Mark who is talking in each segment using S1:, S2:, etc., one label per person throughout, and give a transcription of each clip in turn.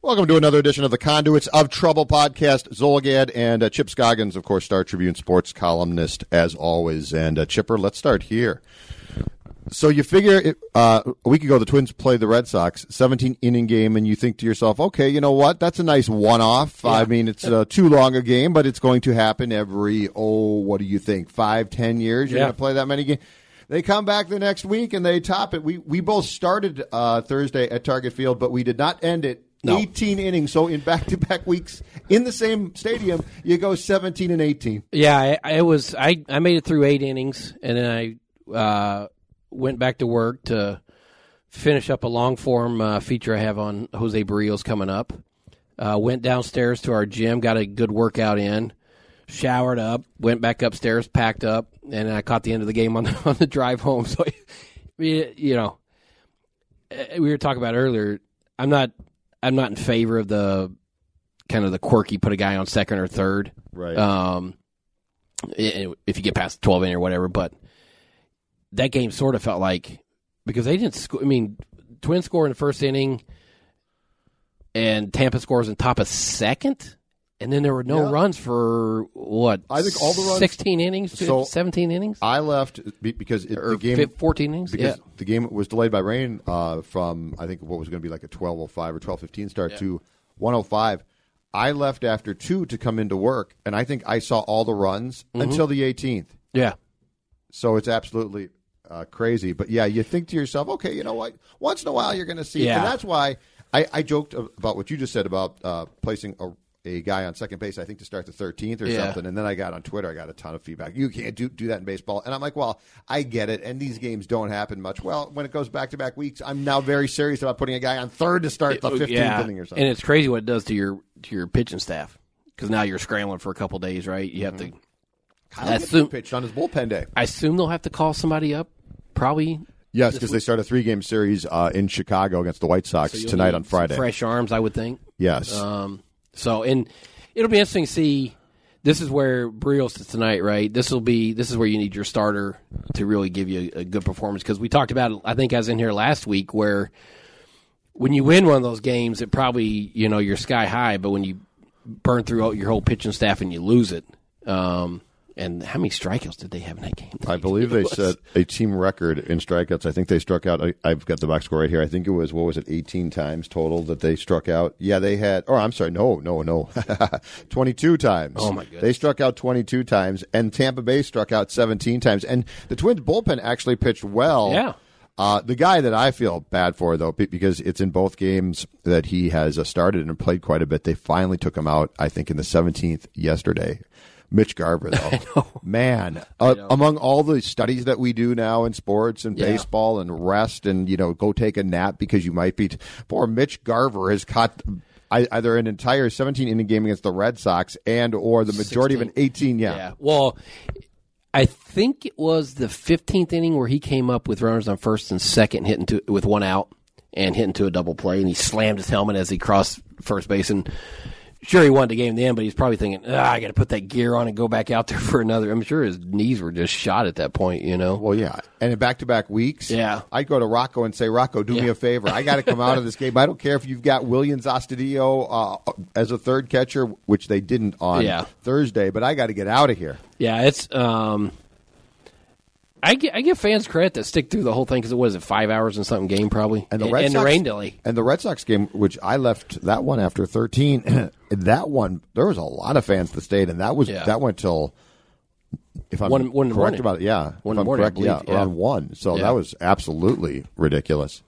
S1: Welcome to another edition of the Conduits of Trouble podcast. Zolgad and uh, Chip Scoggins, of course, Star Tribune sports columnist, as always. And uh, Chipper, let's start here. So you figure it, uh, a week ago the Twins played the Red Sox, 17 inning game, and you think to yourself, okay, you know what? That's a nice one off. I mean, it's uh, too long a game, but it's going to happen every oh, what do you think? Five, ten years you're
S2: Yeah.
S1: going to play that many games. They come back the next week and they top it. We we both started uh, Thursday at Target Field, but we did not end it. 18 innings. So in back to back weeks in the same stadium, you go 17 and 18.
S2: Yeah, I, I was. I, I made it through eight innings, and then I uh, went back to work to finish up a long form uh, feature I have on Jose Barrios coming up. Uh, went downstairs to our gym, got a good workout in, showered up, went back upstairs, packed up, and I caught the end of the game on the, on the drive home. So, you you know, eh, we were talking about earlier. I'm not. I'm not in favor of the kind of the quirky put a guy on second or third.
S1: Right.
S2: Um, i- if you get past the 12 inning or whatever, but that game sort of felt like because they didn't score. I mean, Twins score in the first inning, and Tampa scores in top of second, and then there were no runs for what?
S1: I think all the runs-
S2: 16 innings,
S1: So-
S2: 17 innings,
S1: I left be- because it, the
S2: or
S1: game
S2: fif- 14 innings.
S1: because
S2: yeah.
S1: the game was delayed by rain uh, from I think what was going to be like a twelve oh five or twelve fifteen start to one oh five. I left after two to come into work, and I think I saw all the runs until the eighteenth.
S2: Yeah.
S1: So it's absolutely uh, crazy. But yeah, you think to yourself, okay, you know what? Once in a while, you're going to see, it.
S2: Yeah.
S1: and that's why I, I joked about what you just said about uh, placing a. A guy on second base, I think, to start the thirteenth or
S2: Yeah.
S1: something, and then I got on Twitter, I got a ton of feedback. You can't do do that in baseball, and I'm like, well, I get it, and these games don't happen much. Well, when it goes back to back weeks, I'm now very serious about putting a guy on third to start the fifteenth
S2: Oh, yeah.
S1: inning or something.
S2: And it's crazy what it does to your to your pitching staff because now you're scrambling for a couple days, right? You
S1: Mm-hmm.
S2: have to.
S1: Kyle
S2: I
S1: Gibson
S2: assume-
S1: pitched on his bullpen day.
S2: I assume they'll have to call somebody up, probably
S1: Yes, because they start a three game series uh, in Chicago against the White Sox
S2: You'll
S1: tonight
S2: need
S1: on Friday.
S2: some Fresh arms, I would think.
S1: Yes,
S2: Um, so, and it'll be interesting to see. This is where Brios is tonight, right? This will be this is where you need your starter to really give you a good performance because we talked about it, I think I was in here last week where when you win one of those games, it probably you know you're sky high, but when you burn through all- your whole pitching staff and you lose it, um, and how many strikeouts did they have in that game?
S1: I believe they set a team record in strikeouts. I think they struck out. I, I've got the box score right here. I think it was what was it, eighteen times total that they struck out. Yeah, they had. Or I'm sorry, no, no, no, twenty-two times. Oh my god, they struck out twenty-two times, and Tampa Bay struck out seventeen times. And the Twins bullpen actually pitched well.
S2: Yeah.
S1: Uh, the guy that I feel bad for, though, be- because it's in both games that he has uh, started and played quite a bit, they finally took him out, I think, in the 17th yesterday. Mitch Garber, though. Man, uh, among all the studies that we do now in sports and
S2: Yeah.
S1: baseball and rest and, you know, go take a nap because you might be. T- poor Mitch Garver has caught. ei- Either an entire 17 inning game against the Red Sox and or the majority of an 18, yeah.
S2: Yeah. Well, I think it was the 15th inning where he came up with runners on first and second, hitting to with one out and hitting to a double play, and he slammed his helmet as he crossed first base. And sure, he won the game in the end, but he's probably thinking, ah, I got to put that gear on and go back out there for another. I'm sure his knees were just shot at that point, you know.
S1: Well, yeah, and in back-to-back weeks,
S2: Yeah.
S1: I'd go to Rocco and say, Rocco, do me a favor. I got to come out of this game. I don't care if you've got Williams Astudillo uh, as a third catcher, which they didn't on
S2: Yeah.
S1: Thursday, but I got to get out of here.
S2: Yeah, it's um, I gi- I give fans credit that stick through the whole thing because it was it five hours and something game probably,
S1: And the Red
S2: and
S1: Sox
S2: the rain delay.
S1: and the Red Sox game, which I left that one after thirteen. that one, there was a lot of fans that stayed, and that was
S2: Yeah.
S1: that went till. If I'm
S2: One- one in the
S1: correct
S2: morning.
S1: about it, yeah.
S2: One in
S1: if
S2: the
S1: I'm
S2: morning, I
S1: correct, yeah,
S2: believe, yeah.
S1: around one. So
S2: Yeah.
S1: that was absolutely ridiculous.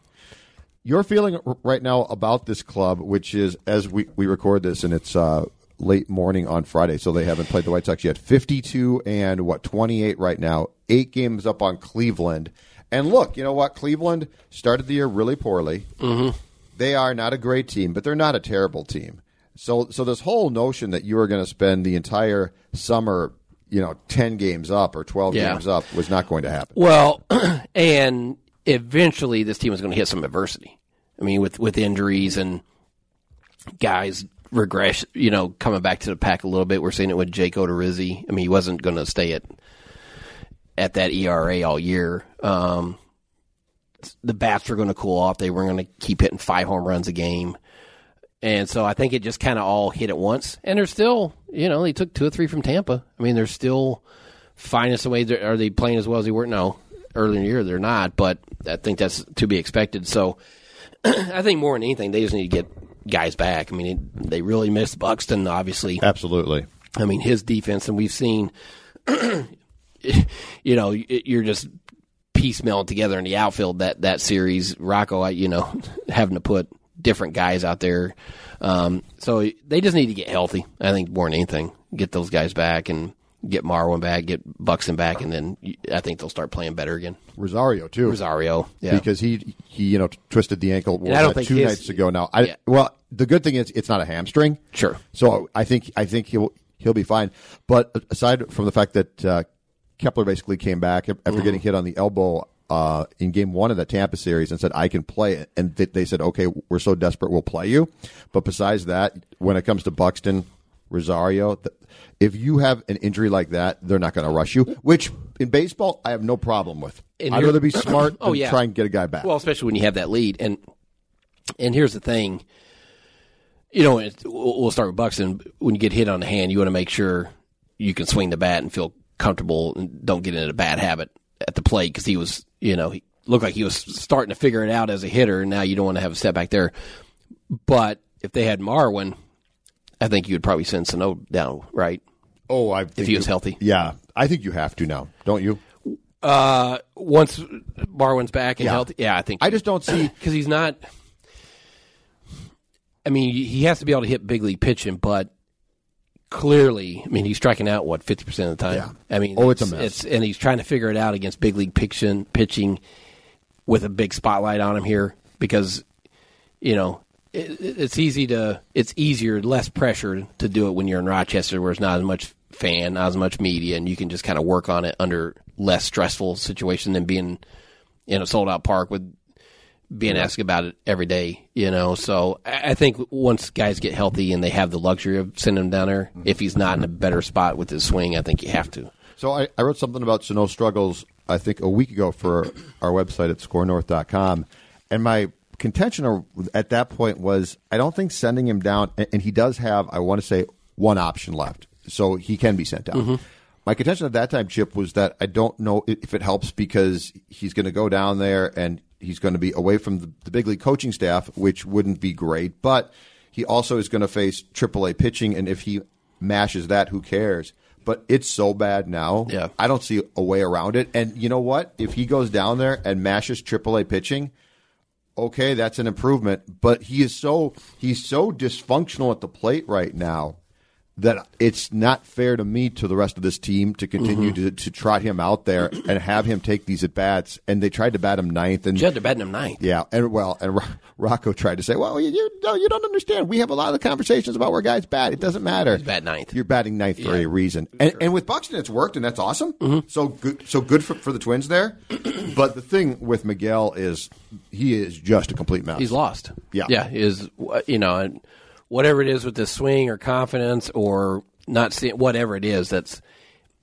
S1: Your feeling r- right now about this club, which is as we, we record this, and it's uh, late morning on Friday, so they haven't played the White Sox yet. Fifty-two and what twenty-eight right now, eight games
S2: Mm-hmm.
S1: up on Cleveland. And look, you know what? Cleveland started the year really poorly They are not a great team, but they're not a terrible team. So, so this whole notion that you were going to spend the entire summer, you know, ten games up or twelve
S2: Yeah.
S1: games up was not going to happen.
S2: Well, and eventually this team is going to hit some adversity. I mean, with with injuries and guys regress, you know, coming back to the pack a little bit. We're seeing it with Jake Odorizzi. I mean, he wasn't going to stay at at that ERA all year. Um, the bats were going to cool off. They were going to keep hitting five home runs a game. And so I think it just kind of all hit at once. And they're still, you know, they took two or three from Tampa. I mean, they're still finding some way. They're- Are they playing as well as they were? No, earlier in the year they're not, but I think that's to be expected. So I think more than anything, they just need to get guys back. I mean, it, they really missed Buxton, obviously.
S1: Absolutely.
S2: I mean, his defense, and we've seen, you know, y- you're just piecemealing together in the outfield that that series. Rocco, I- you know, having to put different guys out there. Um, so they just need to get healthy. I think more than anything, get those guys back and get Marwin back, get Buxton back, and then y- I think they'll start playing better again.
S1: Rosario too.
S2: Rosario, yeah,
S1: because he he you know twisted the ankle
S2: I don't
S1: uh,
S2: think
S1: two
S2: his-
S1: nights ago. Now I
S2: Yeah.
S1: well the good thing is it's not a hamstring.
S2: Sure.
S1: So I think I think he'll he'll be fine. But aside from the fact that uh, Kepler basically came back after
S2: Mm-hmm.
S1: getting hit on the elbow. Uh, in game one of the Tampa series, and said I can play, and th- they said, "Okay, we're so desperate, we'll play you." But besides that, when it comes to Buxton, Rosario, th- if you have an injury like that, they're not going to rush you. Which in baseball, I have no problem with.
S2: And
S1: I'd
S2: here-
S1: rather be smart
S2: Oh,
S1: and
S2: yeah.
S1: try and get a guy back.
S2: Well, especially when you have that lead, and and here's the thing, you know, it, we'll we'll start with Buxton. When you get hit on the hand, you want to make sure you can swing the bat and feel comfortable, and don't get into a bad habit at the plate because he was, you know, he looked like he was starting to figure it out as a hitter. And now you don't want to have a setback there. But if they had Marwin, I think you would probably send Sano down, right?
S1: oh, I
S2: If
S1: think
S2: he was healthy.
S1: yeah, I think you have to now, don't you?
S2: Uh, once Marwin's back and healthy, yeah, I think
S1: I just don't see.
S2: because he's not. I mean, he has to be able to hit big league pitching, but clearly, I mean, he's striking out what fifty percent of the time. I mean,
S1: Oh, it's a mess.
S2: and he's trying to figure it out against big league pitching, pitching with a big spotlight on him here because you know it, it- it's easy to it's easier, less pressure to do it when you're in Rochester, where it's not as much fan, not as much media, and you can just kind of work on it under less stressful situation than being in a sold out park with being asked about it every day, you know. So I I think once guys get healthy and they have the luxury of sending him down there, if he's not in a better spot with his swing, I think you have to.
S1: So I, I wrote something about Sano struggles. I think a week ago for our website at ScoreNorth.com, and my contention ar- at that point was I don't think sending him down, and, and he does have I want to say one option left, so he can be sent down. My contention at that time, Chip, was that I don't know i- if it helps because he's going to go down there and he's going to be away from the, the big league coaching staff, which wouldn't be great. But he also is going to face AAA pitching, and if he mashes that, who cares? But it's so bad now.
S2: Yeah.
S1: I don't see a way around it. And you know what? If he goes down there and mashes AAA pitching, okay, that's an improvement. But he is so he's so dysfunctional at the plate right now that it's not fair to me to the rest of this team to continue to, to trot him out there and have him take these at bats. And they tried to bat him ninth, and
S2: Jed, they're batting him ninth.
S1: yeah, and well, and Ro- Rocco tried to say, "Well, you, you no, you don't understand. We have a lot of conversations about where guys bat. It doesn't matter.
S2: bat ninth.
S1: You're batting ninth for a reason. And, and with Buxton, it's worked, and that's awesome.
S2: Mm-hmm.
S1: So good, so good for, for the Twins there. but the thing with Miguel is he is just a complete mess.
S2: He's lost.
S1: Yeah.
S2: yeah, is you know, and whatever it is with the swing or confidence or not seeing whatever it is that's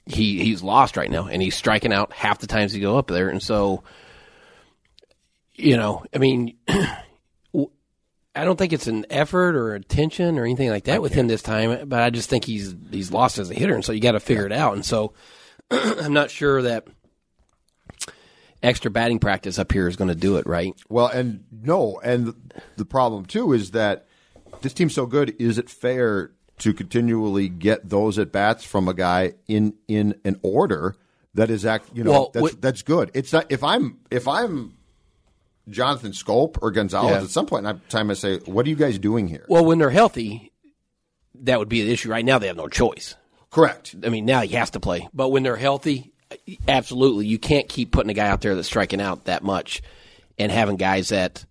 S2: he he's lost right now, and he's striking out half the times he go up there, and so you know, I mean. I don't think it's an effort or attention or anything like that with him this time, but I just think he's he's lost as a hitter, and so you got to figure it out. And so I'm not sure that extra batting practice up here is going to do it, right?
S1: Well, and no, and the problem too is that this team's so good. Is it fair to continually get those at bats from a guy in in an order that is act? You know,
S2: Well,
S1: that's,
S2: wh-
S1: that's good. It's not if I'm if I'm Jonathan Scope or Gonzalez
S2: Yeah.
S1: at some point in time. I say, what are you guys doing here?
S2: Well, when they're healthy, that would be the issue. Right now, they have no choice.
S1: Correct.
S2: I mean, now he has to play. But when they're healthy, absolutely, you can't keep putting a guy out there that's striking out that much and having guys that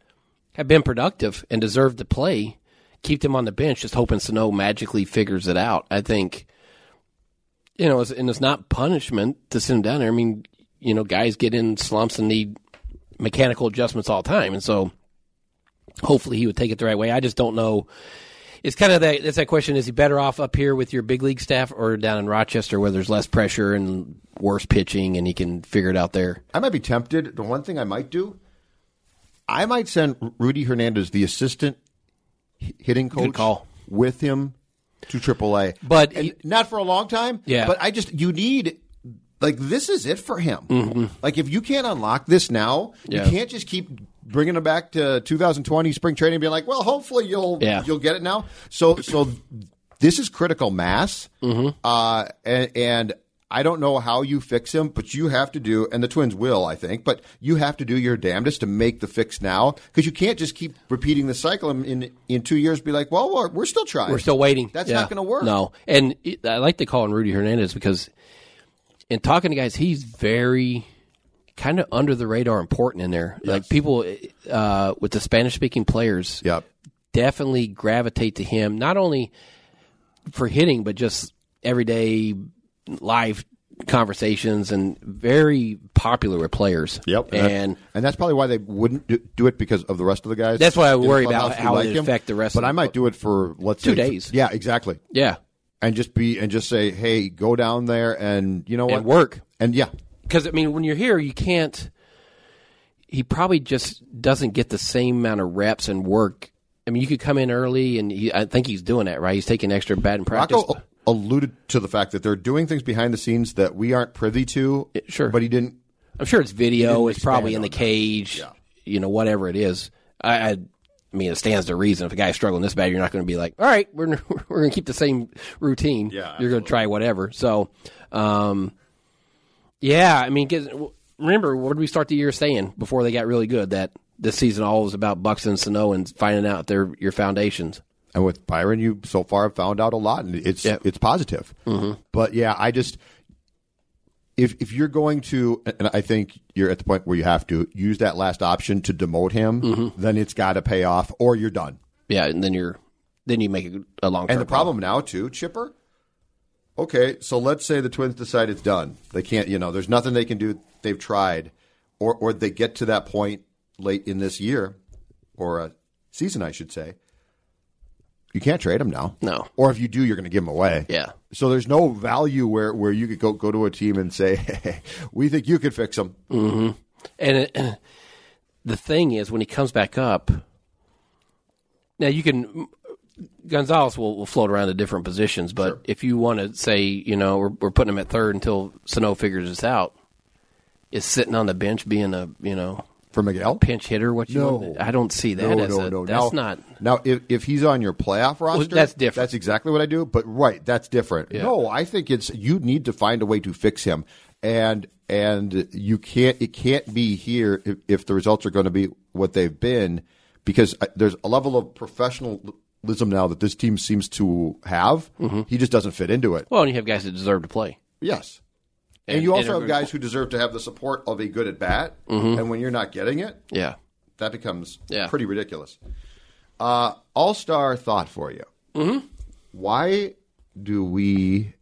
S2: have been productive and deserve to play, keep them on the bench, just hoping Sano magically figures it out. I think, you know, it's, and it's not punishment to send him down there. I mean, you know, guys get in slumps and need mechanical adjustments all the time, and so hopefully he would take it the right way. I just don't know. It's kind of that. It's that question: Is he better off up here with your big league staff or down in Rochester where there's less pressure and worse pitching, and he can figure it out there?
S1: I might be tempted. The one thing I might do, I might send Ru- Rudy Hernandez, the assistant h- hitting coach,
S2: call.
S1: with him to AAA.
S2: But
S1: And
S2: he-
S1: not for a long time.
S2: Yeah.
S1: But I just you need like this is it for him. Like if you can't unlock this now,
S2: Mm-hmm. Yeah.
S1: you can't just keep bringing him back to 2020 spring training and being like, well, hopefully you'll
S2: Yeah.
S1: you'll get it now. So so this is critical mass,
S2: Mm-hmm.
S1: uh, and, and I don't know how you fix him, but you have to do, and the Twins will, I think, but you have to do your damnedest to make the fix now because you can't just keep repeating the cycle and in in two years. Be like, well, we're, we're still trying.
S2: We're still waiting.
S1: That's
S2: Yeah.
S1: not going to work.
S2: No, and it- I like to call on Rudy Hernandez because in talking to guys, he's very kind of under the radar important in there. Like people uh, with the Spanish speaking players,
S1: Yep.
S2: definitely gravitate to him, not only for hitting, but just everyday live conversations and very popular with players.
S1: Yep.
S2: And
S1: and that's probably why they wouldn't do, do it because of the rest of the guys.
S2: That's why I
S1: in the
S2: worry about
S1: clubhouse who
S2: how it
S1: him.
S2: affect the rest
S1: But
S2: of
S1: I
S2: the-
S1: might do it for let's
S2: Two
S1: say-
S2: days.
S1: Yeah, exactly.
S2: yeah,
S1: And just be and just say, hey, go down there and you know what
S2: and work.
S1: And yeah,
S2: because I mean, when you're here, you can't. He probably just doesn't get the same amount of reps and work. I mean, you could come in early, and he, I think he's doing that right. He's taking extra batting practice.
S1: Rocco alluded to the fact that they're doing things behind the scenes that we aren't privy to.
S2: sure.
S1: but he didn't.
S2: I'm sure it's video. It's probably in
S1: expand
S2: the
S1: on that.
S2: cage. You know, whatever it is. I, I, I mean, it stands to reason. If a guy's struggling this bad, you're not going to be like, "All right, we're gonna- we're going to keep the same routine."
S1: Yeah,
S2: you're going to try whatever. So, um, yeah, I mean, 'cause- remember what did we start the year saying before they got really good? That this season all was about Bucks and Sano and finding out their your foundations.
S1: And with Byron, you so far have found out a lot, and it's
S2: Yeah. Mm-hmm.
S1: it's positive. But yeah, I just if if you're going to, and I think you're at the point where you have to use that last option to demote him,
S2: Mm-hmm.
S1: then it's got to pay off, or you're done.
S2: Yeah, and then you're then you make a, a long.
S1: And the problem now too, Chipper. Okay, so let's say the Twins decide it's done. They can't, you know, there's nothing they can do. They've tried, or or they get to that point late in this year, or a season, I should say. You can't trade them now.
S2: No.
S1: Or if you do, you're going to give them away.
S2: Yeah.
S1: So there's no value where, where you could go go to a team and say, hey, we think you could fix them.
S2: And it, the thing is, when he comes back up, now you can Gonzalez will, will float around to different positions, but if you want to say, you know, we're, we're putting him at third until Sano figures this out, is sitting on the bench being a you know
S1: For Miguel?
S2: pinch hitter what you
S1: No.
S2: want? I don't see that as a,
S1: Now-
S2: that's not
S1: now. If, if he's on your playoff roster,
S2: that's different.
S1: That's exactly what I do. But right, that's different. No, I think it's you need to find a way to fix him, and and you can't. It can't be here if, if the results are going to be what they've been, because uh, there's a level of professionalism now that this team seems to have.
S2: Mm-hmm.
S1: He just doesn't fit into it.
S2: well, and you have guys that deserve to play.
S1: Yes. And,
S2: And-
S1: you
S2: and
S1: also
S2: a- Mm-hmm.
S1: have guys who deserve to have the support of a good at bat, and when you're not getting it,
S2: Yeah,
S1: that becomes
S2: Yeah.
S1: pretty ridiculous. Uh, All star thought for you. Mm-hmm. Why do we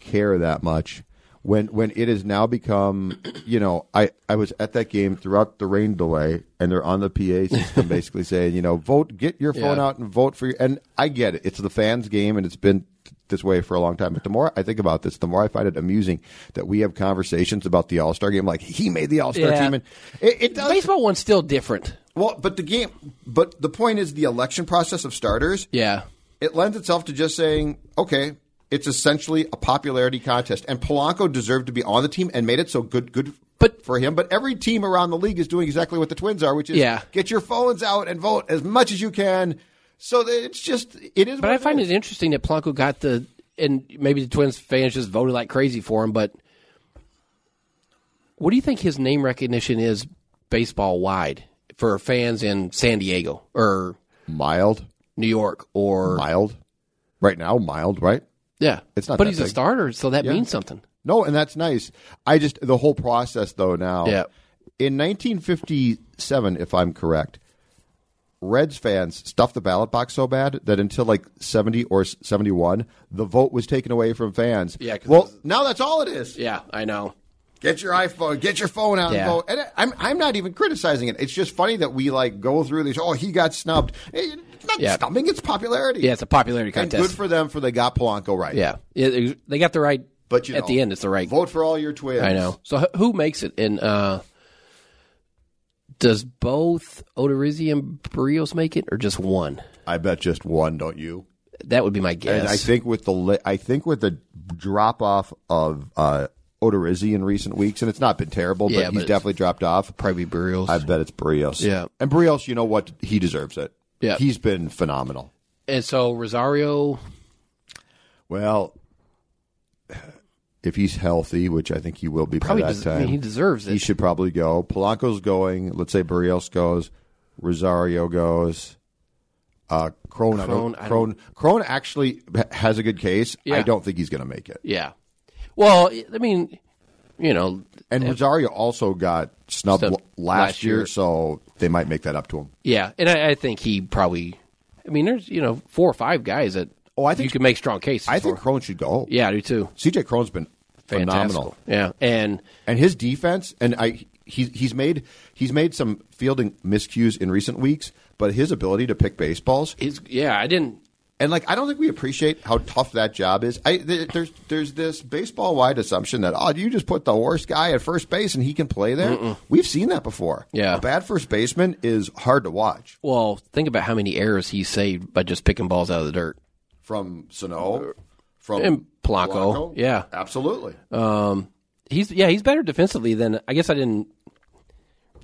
S1: care that much when when it has now become? You know, I I was at that game throughout the rain delay, and they're on the PA system basically saying, you know, vote, get your phone
S2: Yeah.
S1: out and vote for your. And I get it; it's the fans' game, and it's been this way for a long time. But the more I think about this, the more I find it amusing that we have conversations about the All Star game, like he made the All Star
S2: Yeah.
S1: team, and it, it does
S2: baseball one's still different.
S1: well, but the game, but the point is the election process of starters.
S2: Yeah,
S1: It lends itself to just saying, okay, it's essentially a popularity contest, and Polanco deserved to be on the team and made it so good, good.
S2: But-
S1: for him, but every team around the league is doing exactly what the Twins are, which is
S2: Yeah.
S1: get your phones out and vote as much as you can. So that it's just it is.
S2: But I find it interesting that Polanco got the and maybe the Twins fans just voted like crazy for him. But what do you think his name recognition is baseball wide for fans in San Diego or
S1: mild,
S2: New York or
S1: mild. Right now, mild, right?
S2: yeah?
S1: It's not
S2: But
S1: that
S2: he's a
S1: big.
S2: starter, so that means something.
S1: No, and that's nice. I just the whole process though now.
S2: Yeah.
S1: In 1957, if I'm correct, Reds fans stuffed the ballot box so bad that until like 70 or 71, the vote was taken away from fans.
S2: Yeah, 'cause
S1: Well,
S2: it was-
S1: now that's all it is.
S2: Yeah, I know.
S1: Get your iPhone, get your phone out
S2: Yeah.
S1: and vote. And I- I'm, I'm not even criticizing it. It's just funny that we like go through these, oh, he got snubbed. Eh, It's not
S2: Yeah.
S1: snubbing, it's popularity.
S2: Yeah, it's a popularity
S1: and
S2: contest.
S1: good for them for they got Polanco right.
S2: yeah, It- it- they got the right.
S1: But you
S2: at
S1: know,
S2: the end, it's the right.
S1: Vote for all your twins.
S2: I know. So wh- who makes it? And uh, does both Odorizzi and Barrios make it, or just one?
S1: I bet just one, don't you?
S2: That would be my guess.
S1: And I think with the li- I think with the drop off of uh, Odorizzi in recent weeks, and it's not been terrible,
S2: Yeah,
S1: but
S2: but
S1: he's
S2: it's-
S1: definitely dropped off.
S2: probably Barrios.
S1: I bet it's Barrios.
S2: Yeah.
S1: and Barrios, you know what? He deserves it.
S2: Yeah.
S1: he's been phenomenal.
S2: and so Rosario.
S1: Well, if he's healthy, which I think he will be
S2: Probably
S1: by that
S2: des- I
S1: time,
S2: mean, he deserves it.
S1: He should probably go. Polanco's going. Let's say Barrios goes. Rosario goes. Uh, Crone,
S2: Crone,
S1: Crone,
S2: I don't-
S1: Crone, Crone actually ha- has a good case. I
S2: Yeah.
S1: don't think he's going to make it.
S2: Yeah. Well, I mean, you know,
S1: And Rosario also got snubbed
S2: Snubbed
S1: l- last,
S2: last
S1: year,
S2: year.
S1: so they might make that up to him.
S2: yeah, and I, I think he probably. I mean, there's you know four or five guys that
S1: Oh, I think-
S2: you can make strong cases.
S1: I think
S2: for.
S1: Crone should go.
S2: Yeah, I do too.
S1: CJ Crone's been phenomenal.
S2: Fantastical. Yeah, and
S1: and his defense and I he, he's made he's made some fielding miscues in recent weeks, but his ability to pick baseballs
S2: his yeah, I didn't.
S1: and like I don't think we appreciate how tough that job is. I th- there's there's this baseball wide assumption that oh you just put the worst guy at first base and he can play there. We've seen that before.
S2: Yeah.
S1: a bad first baseman is hard to watch
S2: Well, think about how many errors he saved by just picking balls out of the dirt.
S1: from Sano from
S2: And Polanco. Yeah. Uh,
S1: absolutely.
S2: He's yeah, he's better defensively than I guess I didn't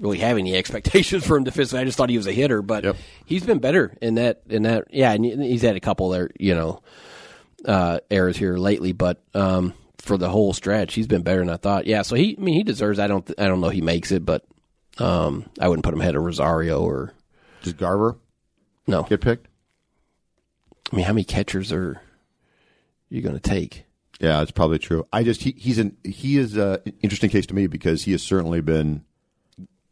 S2: really have any expectations for him defensively. I just thought he was a hitter, but
S1: Yep.
S2: he's been better in that in that yeah, and he's had a couple there, you know, uh errors here lately, but um for the whole stretch, he's been better than I thought. Yeah, so he I mean he deserves I don't I don't know he makes it, but um I wouldn't put him ahead of Rosario or
S1: Does Garver
S2: no.
S1: get picked?
S2: I mean, how many catchers are you going to take?
S1: Yeah, it's probably true. I just he, he's an he is a interesting case to me because he has certainly been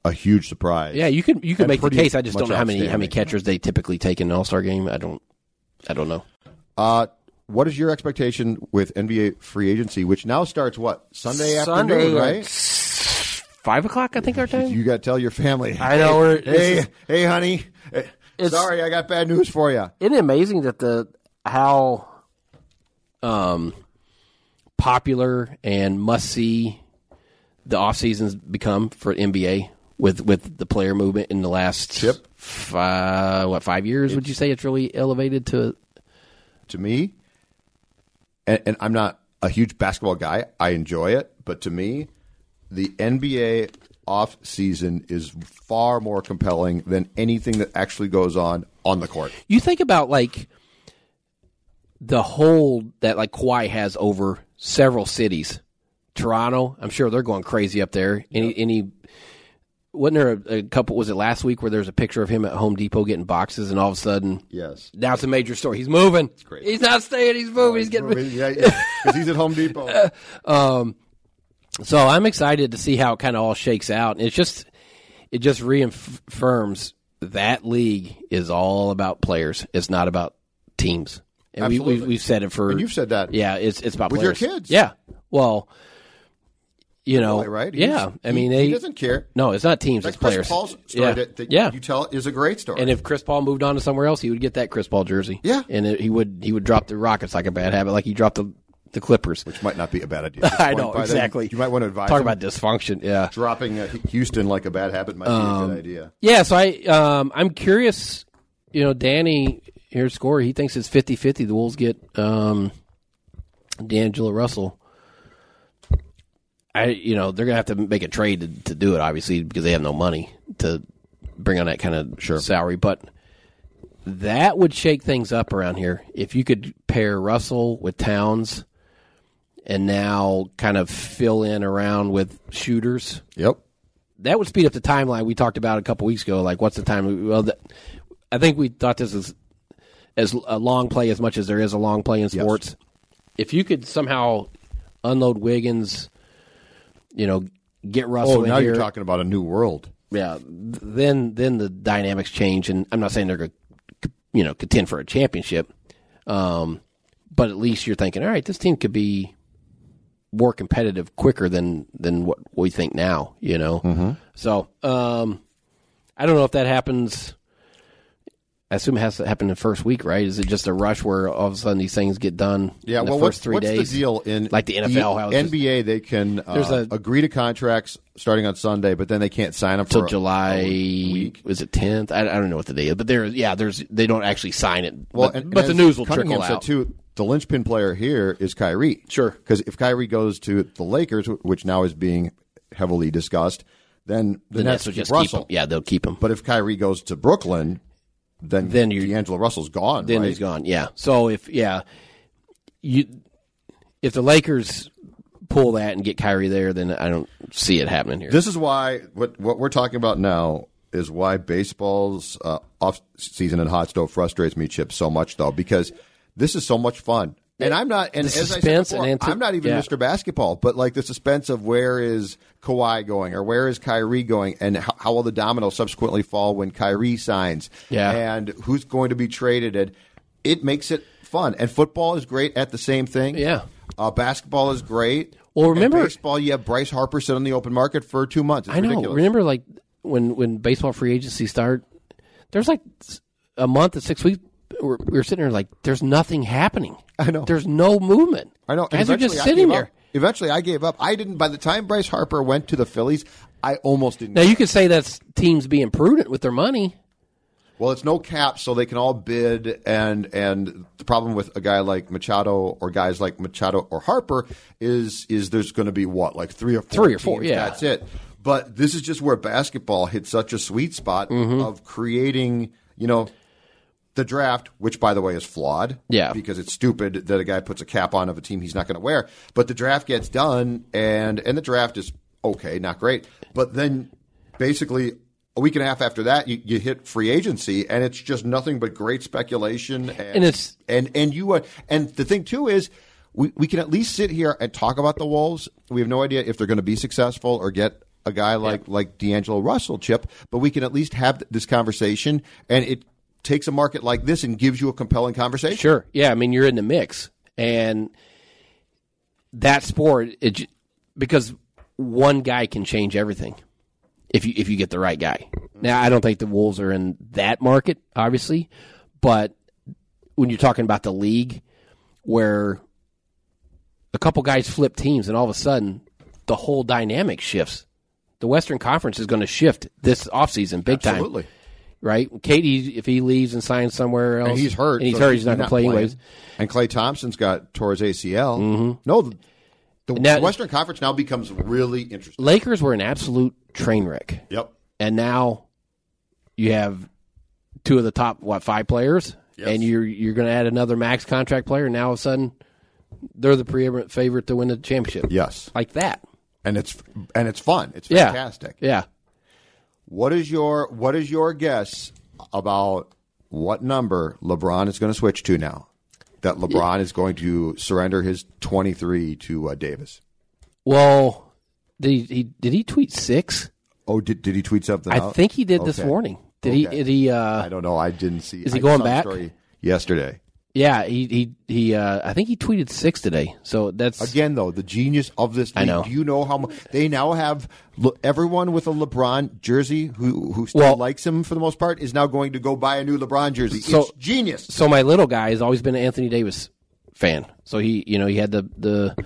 S1: a huge surprise.
S2: Yeah, you could you could
S1: And
S2: make the
S1: pretty
S2: case. I just
S1: much
S2: don't know how many how many
S1: outstanding.
S2: catchers they typically take in an All Star game. I don't I don't know.
S1: Uh, what is your expectation with NBA free agency, which now starts what Sunday, afternoon, right?
S2: Five o'clock, I think our time.
S1: You got to tell your family.
S2: I know, we're-
S1: Hey,
S2: this
S1: hey, hey, honey. Eh,
S2: It's-
S1: Sorry, I got bad news for you.
S2: Isn't it amazing that the how um popular and must see the off seasons become for NBA with with the player movement in the last
S1: Yep.
S2: fi- what five years would you say it's really elevated to
S1: To me, and, and I'm not a huge basketball guy. I enjoy it, but to me, the NBA off season is far more compelling than anything that actually goes on on the court.
S2: you think about like the hold that like Kawhi has over several cities. Toronto, I'm sure they're going crazy up there. Any any wasn't there a, a couple was it last week where there was a picture of him at Home Depot getting boxes and all of a sudden
S1: Yes.
S2: now it's a major store. He's moving.
S1: great.
S2: He's not staying, he's moving, he's getting
S1: Because he's at Home Depot.
S2: um, so I'm excited to see how it kind of all shakes out. And it's just, it just reaffirms that league is all about players. It's not about teams. And we, we,
S1: Absolutely.
S2: we've said it for,
S1: And you've said that.
S2: yeah, it's, it's about
S1: With your
S2: players.
S1: kids.
S2: Yeah. Well, you know,
S1: right? He's-
S2: Yeah. I
S1: he-
S2: mean,
S1: he
S2: they,
S1: doesn't care.
S2: No, it's not teams.
S1: That
S2: it's
S1: Chris
S2: players.
S1: Paul's story
S2: yeah.
S1: that, that
S2: yeah.
S1: you tell is a great story.
S2: And if Chris Paul moved on to somewhere else, he would get that Chris Paul jersey.
S1: Yeah.
S2: And it, he would he would drop the Rockets like a bad habit, like he dropped the the Clippers.
S1: Which might not be a bad idea. at this
S2: I
S1: point
S2: know
S1: by then.
S2: exactly.
S1: You might want to advise
S2: Talk
S1: him.
S2: about dysfunction. Yeah,
S1: dropping uh, Houston like a bad habit might be
S2: Um,
S1: a good idea.
S2: yeah. So I, um, I'm curious. You know, Danny here score. He thinks it's 50-50. The Wolves get um, D'Angelo Russell. I, you know, they're gonna have to make a trade to, to do it, obviously, because they have no money to bring on that kind of salary. But that would shake things up around here if you could pair Russell with Towns, and now kind of fill in around with shooters
S1: Yep.
S2: that would speed up the timeline we talked about a couple weeks ago. Like, what's the time? Well, that, I think we thought this is as a long play as much as there is a long play in sports. If you could somehow unload Wiggins, you know, get Russell.
S1: Oh,
S2: in
S1: now
S2: here,
S1: you're talking about a new world.
S2: yeah, th- then then the dynamics change, and I'm not saying they're going to, you know, contend for a championship, um, but at least you're thinking, all right, this team could be more competitive quicker than than what we think now, you know.
S1: Mm-hmm.
S2: So um, I don't know if that happens. I assume it has to happen in the first week, right? Is it just a rush where all of a sudden these things get done?
S1: Yeah,
S2: in the
S1: well,
S2: first
S1: what's,
S2: three
S1: what's
S2: days?
S1: the deal in
S2: like the NFL? how
S1: E-
S2: it's just-
S1: NBA, they can
S2: There's
S1: uh,
S2: a-
S1: agree to contracts starting on Sunday, but then they can't sign them
S2: till
S1: for
S2: July
S1: week.
S2: was it tenth? I, I don't know what the day is, but there, yeah, there's they don't actually sign it.
S1: Well,
S2: but,
S1: and-
S2: but
S1: and
S2: the
S1: as
S2: news will
S1: Cunningham
S2: trickle
S1: said,
S2: out.
S1: too. The linchpin player here is Kyrie.
S2: Sure.
S1: because if Kyrie goes to the Lakers, wh- which now is being heavily discussed, then the,
S2: The
S1: Nets
S2: Nets will
S1: keep
S2: just
S1: Russell.
S2: keep him. Yeah, they'll keep him.
S1: But if Kyrie goes to Brooklyn, then
S2: Then you-
S1: D'Angelo Russell's gone.
S2: then
S1: right?
S2: he's gone. Yeah. So if yeah, you if the Lakers pull that and get Kyrie there, then I don't see it happening here.
S1: This is why what what we're talking about now is why baseball's uh, off season and hot stove frustrates me, Chip, so much though because this is so much fun. And I'm not, and
S2: The
S1: as I said
S2: suspense
S1: before,
S2: and anti-
S1: I'm not even
S2: yeah.
S1: Mr. Basketball, but like the suspense of where is Kawhi going or where is Kyrie going, and how, how will the dominoes subsequently fall when Kyrie signs,
S2: Yeah.
S1: and who's going to be traded, and it makes it fun. And football is great at the same thing,
S2: Yeah.
S1: Uh, basketball is great.
S2: Well,
S1: And
S2: remember-
S1: baseball, you have Bryce Harper sit on the open market for two months. It's
S2: I know.
S1: ridiculous.
S2: Remember, like when when baseball free agency started, there's like s- a month to six weeks. We're, we were sitting there like there's nothing happening.
S1: I know.
S2: There's no movement.
S1: I know. and
S2: Guys are just
S1: eventually I
S2: sitting
S1: gave
S2: there.
S1: up. Eventually, I gave up. I didn't. By the time Bryce Harper went to the Phillies, I almost didn't.
S2: Now you could say that's teams being prudent with their money.
S1: well, it's no cap, so they can all bid. And and the problem with a guy like Machado or guys like Machado or Harper is is there's going to be what like three or four
S2: Three or four,
S1: teams,
S2: yeah.
S1: that's it. But this is just where basketball hits such a sweet spot
S2: Mm-hmm.
S1: of creating. You know, the draft, which by the way is flawed,
S2: Yeah.
S1: because it's stupid that a guy puts a cap on of a team he's not going to wear. But the draft gets done, and and the draft is okay, not great. But then basically a week and a half after that, you, you hit free agency, and it's just nothing but great speculation. And,
S2: And it's-
S1: and and you are, and the thing too is. We, we can at least sit here and talk about the Wolves. We have no idea if they're going to be successful or get a guy like like D'Angelo Russell, Chip. But we can at least have th- this conversation, and it takes a market like this and gives you a compelling conversation.
S2: Sure. Yeah. I mean, you're in the mix, and that sport, it, j- because one guy can change everything if you if you get the right guy. Now, I don't think the Wolves are in that market, obviously, but when you're talking about the league, where a couple guys flip teams, and all of a sudden, the whole dynamic shifts. The Western Conference is going to shift this offseason big time
S1: Absolutely.
S2: right? Katie, if he leaves and signs somewhere else,
S1: And he's hurt.
S2: and he's
S1: so
S2: hurt, he's not going to play
S1: playing.
S2: anyways.
S1: And Clay Thompson's got towards ACL. Mm-hmm. No, the, the
S2: Now-
S1: Western Conference now becomes really interesting.
S2: Lakers were an absolute train wreck,
S1: Yep.
S2: and now you have two of the top what five players, and you're you're going to add another max contract player. And now all of a sudden, they're the preeminent favorite to win the championship,
S1: Yes.
S2: like that.
S1: And it's and it's fun. It's
S2: Yeah,
S1: fantastic.
S2: Yeah,
S1: What is your what is your guess about what number LeBron is going to switch to now? That LeBron is going to surrender his 23 to uh, Davis.
S2: well, did he, he did he tweet six?
S1: Oh, did, did he tweet something?
S2: I
S1: out?
S2: think he did this
S1: Oh, Okay.
S2: morning. Did he?
S1: Okay.
S2: Did he? Uh,
S1: I don't know. I didn't see.
S2: Is he
S1: I
S2: going
S1: saw the
S2: back?
S1: story yesterday?
S2: yeah, he he he. Uh, I think he tweeted six today. So that's
S1: Again, though, the genius of this. League,
S2: know.
S1: Do you know how much they now have? Look, everyone with a LeBron jersey who who still
S2: Well-
S1: likes him for the most part is now going to go buy a new LeBron jersey.
S2: So-
S1: it's genius.
S2: so my little guy has always been an Anthony Davis fan. So he, you know, he had the the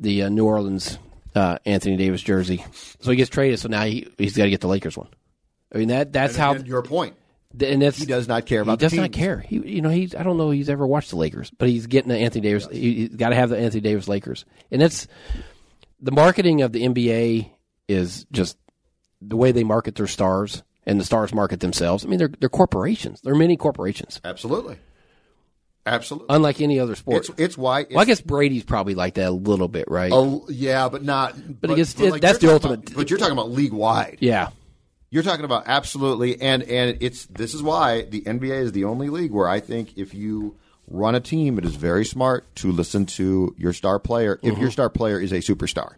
S2: the uh, New Orleans uh, Anthony Davis jersey. So he gets traded. So now he he's got to get the Lakers one. I mean that that's how
S1: And your point.
S2: th- and that's
S1: He does not care
S2: he
S1: about.
S2: does
S1: the
S2: not
S1: teams.
S2: care. He you know he's I don't know he's ever watched the Lakers, but he's getting the Anthony Davis. He, he's got to have the Anthony Davis Lakers, and that's the marketing of the NBA is just the way they market their stars and the stars market themselves. I mean they're they're corporations. They're many corporations,
S1: Absolutely. Absolutely.
S2: unlike any other sport.
S1: it's it's why. It's,
S2: Well, I guess Brady's probably like that a little bit, right?
S1: Oh yeah, but not. But,
S2: it gets-
S1: but like
S2: that's
S1: you're
S2: the
S1: talking
S2: ultimate-
S1: about- but you're talking about league wide.
S2: yeah,
S1: You're talking about absolutely, and and it's this is why the NBA is the only league where I think if you run
S2: Mm-hmm.
S1: a team, it is very smart to listen to your star player if your star player is a superstar.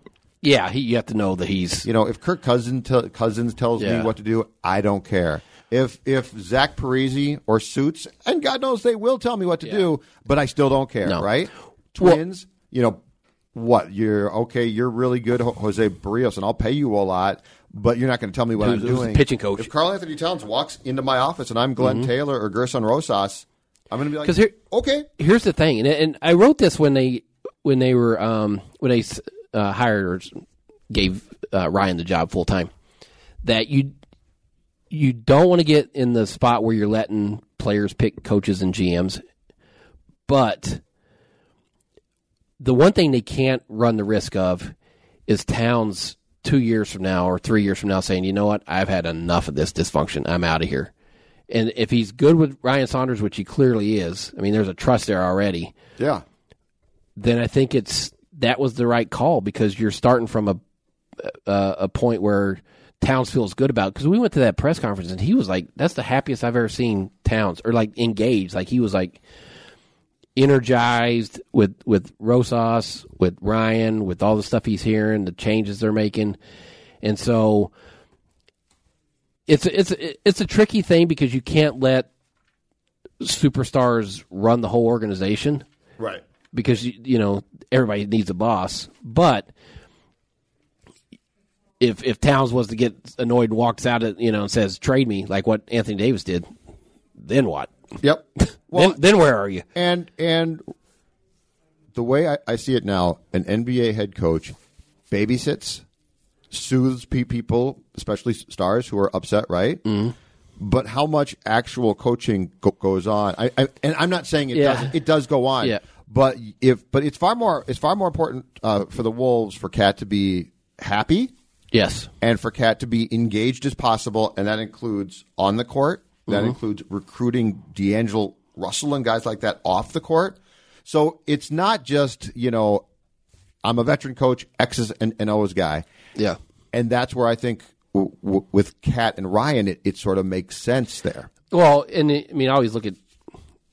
S2: Yeah, he, you have to know that he's.
S1: You know, if Kirk Cousins tell Cousins tells me
S2: Yeah.
S1: what to do, I don't care. If if Zach Parisi or Suits, and God knows they will tell me what to do, but I still don't care,
S2: No.
S1: right?
S2: Well-
S1: Twins, you know what? You're okay. You're really good, Ho- Jose Barrios, and I'll pay you a lot, but you're not going to tell me what
S2: Who's-
S1: I'm
S2: who's the
S1: doing.
S2: pitching coach? Mm-hmm.
S1: If Carl Anthony Towns walks into my office and I'm Glenn Taylor or Gerson Rosas, I'm going to be like,
S2: 'Cause here-
S1: okay,
S2: Here's the thing, and, and I wrote this when they when they were um, when they uh, hired or gave uh, Ryan the job full time. That you you don't want to get in the spot where you're letting players pick coaches and GMs, but the one thing they can't run the risk of is Towns two years from now or three years from now saying, you know what, I've had enough of this dysfunction. I'm out of here. And if he's good with Ryan Saunders, which he clearly is, I mean, there's a trust there already.
S1: yeah.
S2: Then I think it's that was the right call because you're starting from a a, a point where Towns feels good about. Because we went to that press conference and he was like, "That's the happiest I've ever seen Towns," or like engaged, like he was like energized with with Rosas, with Ryan, with all the stuff he's hearing, the changes they're making, and so it's it's it's a tricky thing because you can't let superstars run the whole organization
S1: Right.
S2: because you, you know everybody needs a boss. But if if Towns was to get annoyed, and walks out, at, you know, and says trade me, like what Anthony Davis did, then what?
S1: Yep.
S2: then, then where are you?
S1: And and the way I, I see it now, an NBA head coach babysits, soothes pe- people, especially s- stars who are upset, right?
S2: Mm-hmm.
S1: Mm. But how much actual coaching go- goes on? I, I and I'm not saying it
S2: Yeah.
S1: doesn't. It does go on.
S2: Yeah.
S1: But if but it's far more it's far more important uh, for the Wolves for Cat to be happy
S2: Yes,
S1: and for Cat to be engaged as possible, and that includes on the court. That includes recruiting D'Angelo Russell and guys like that off the court. So it's not just you know, I'm a veteran coach, X's and, and O's guy,
S2: yeah,
S1: and that's where I think w- w- with Cat and Ryan, it, it sort of makes sense there.
S2: Well, and I mean, I always look at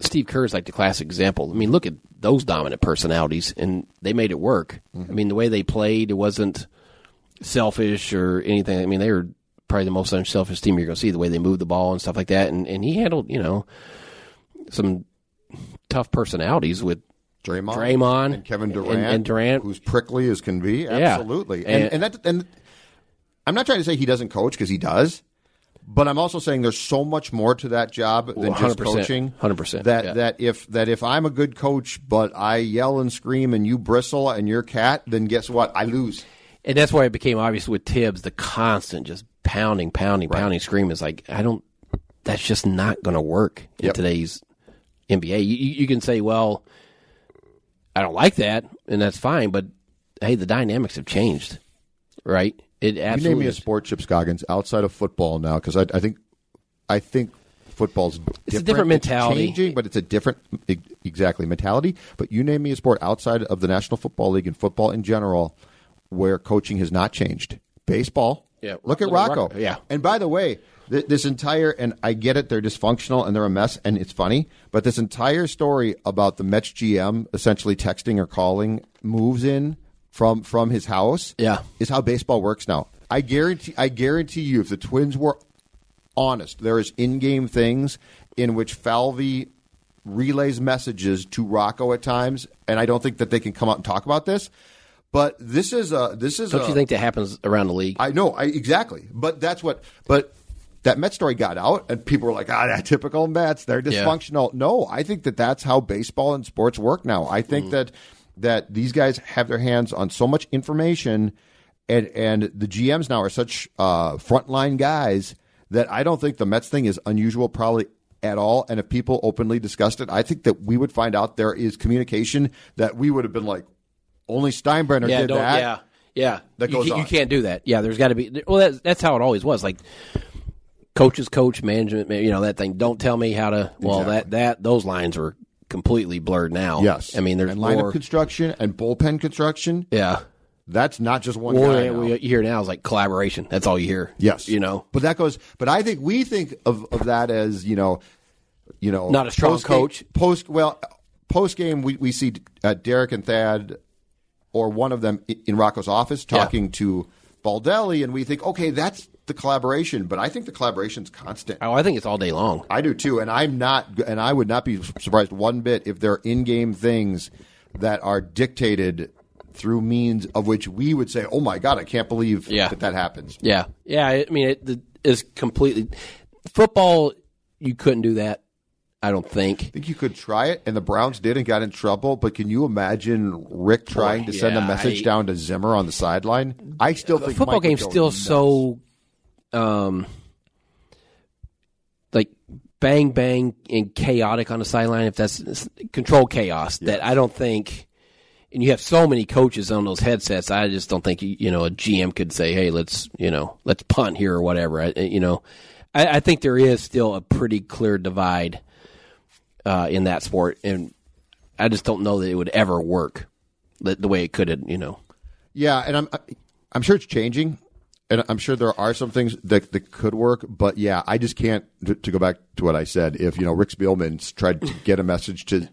S2: Steve Kerr is like the classic example. I mean, look at those dominant personalities, and they made it work. I mean, the way they played, it wasn't selfish or anything. I mean, they were probably the most unselfish team you're going to see. The way they moved the ball and stuff like that, and and he handled you know some tough personalities with
S1: Draymond,
S2: Draymond
S1: and Kevin
S2: and-
S1: Durant,
S2: and Durant.
S1: who's prickly as can be, absolutely. And, and
S2: And-
S1: that, and I'm not trying to say he doesn't coach because he does, but I'm also saying there's so much more to that job than just
S2: 100%,
S1: coaching.
S2: 100%,
S1: That
S2: yeah.
S1: that if that if I'm a good coach, but I yell and scream and you bristle and you're cat, then guess what? I lose.
S2: And that's why it became obvious with Tibbs, the constant just pounding, pounding, pounding scream is like, I don't, that's just not going to work in
S1: Yep.
S2: today's NBA. You, you you can say, well, I don't like that, and that's fine, but hey, the dynamics have changed, right? It
S1: You name me
S2: absolutely
S1: a sport, Chip Scoggins, outside of football now, because I, I think I think football's
S2: It's a different mentality.
S1: changing, but it's a different e- exactly mentality. But you name me a sport outside of the National Football League and football in general where coaching has not changed. Baseball,
S2: Yeah,
S1: Look at
S2: look at
S1: Rocco,
S2: Rocco, yeah.
S1: And by the way, th- this entire and I get it, they're dysfunctional and they're a mess, and it's funny. But this entire story about the Mets GM essentially texting or calling moves in from from his house,
S2: Yeah.
S1: is how baseball works now. I guarantee. I guarantee you, if the Twins were honest, there is in-game things in which Falvey relays messages to Rocco at times, and I don't think that they can come out and talk about this. But this is a this is
S2: don't
S1: a,
S2: you think that happens around the league?
S1: I know, I exactly. But that's what. But that Met story got out, and people were like, "Ah, that typical Mets. They're dysfunctional." No, I think that that's how baseball and sports work now. I
S2: Mm.
S1: think that that these guys have their hands on so much information, and and the GMs now are such uh, frontline guys that I don't think the Mets thing is unusual. Probably. At all, and if people openly discussed it, I think that we would find out there is communication that we would have been like, only Steinbrenner
S2: yeah,
S1: did
S2: don't,
S1: that.
S2: yeah, yeah.
S1: That
S2: you,
S1: goes
S2: ca- you
S1: on.
S2: can't do that. Yeah, there's got to be. Well, that's, that's how it always was. Like coaches, coach, management, ma- you know that thing. Don't tell me how to. Well, that that those lines are completely blurred now.
S1: Yes,
S2: Oh, I mean there's
S1: and lineup
S2: more.
S1: construction and bullpen construction.
S2: yeah.
S1: That's not just one
S2: Or
S1: guy. now.
S2: what you hear now is like collaboration. That's all you hear.
S1: yes,
S2: you know.
S1: but that goes. But I think we think of, of that as you know, you know,
S2: Not a strong
S1: post-game-
S2: coach.
S1: Post well, post game we we see uh, Derek and Thad or one of them i- in Rocco's office talking to Baldelli, and we think, okay, that's the collaboration. But I think the collaboration's constant.
S2: Oh, I think it's all day long.
S1: I do too, and I'm not, and I would not be surprised one bit if there are in-game things that are dictated through means of which we would say, "Oh my god, I can't believe
S2: Yeah.
S1: that that happens."
S2: Yeah, yeah. I mean, it the- is completely football. You couldn't do that. I don't think.
S1: think you could try it, and the Browns did and got in trouble. But can you imagine Rick trying to send a
S2: yeah,
S1: message
S2: I-
S1: down to Zimmer on the sideline? I still think
S2: football
S1: Mike would
S2: game's
S1: go
S2: still
S1: nuts.
S2: so um like bang bang and chaotic on the sideline if that's it's controlled chaos that I don't think and you have so many coaches on those headsets I just don't think you know a GM could say hey let's you know let's punt here or whatever I, you know I, I think there is still a pretty clear divide uh, in that sport and I just don't know that it would ever work the, the way it could you know
S1: Yeah, and I'm I'm sure it's changing, and I'm sure there are some things that that could work. But yeah, I just can't to, to go back to what I said. If you know Rick Spielman tried to get a message to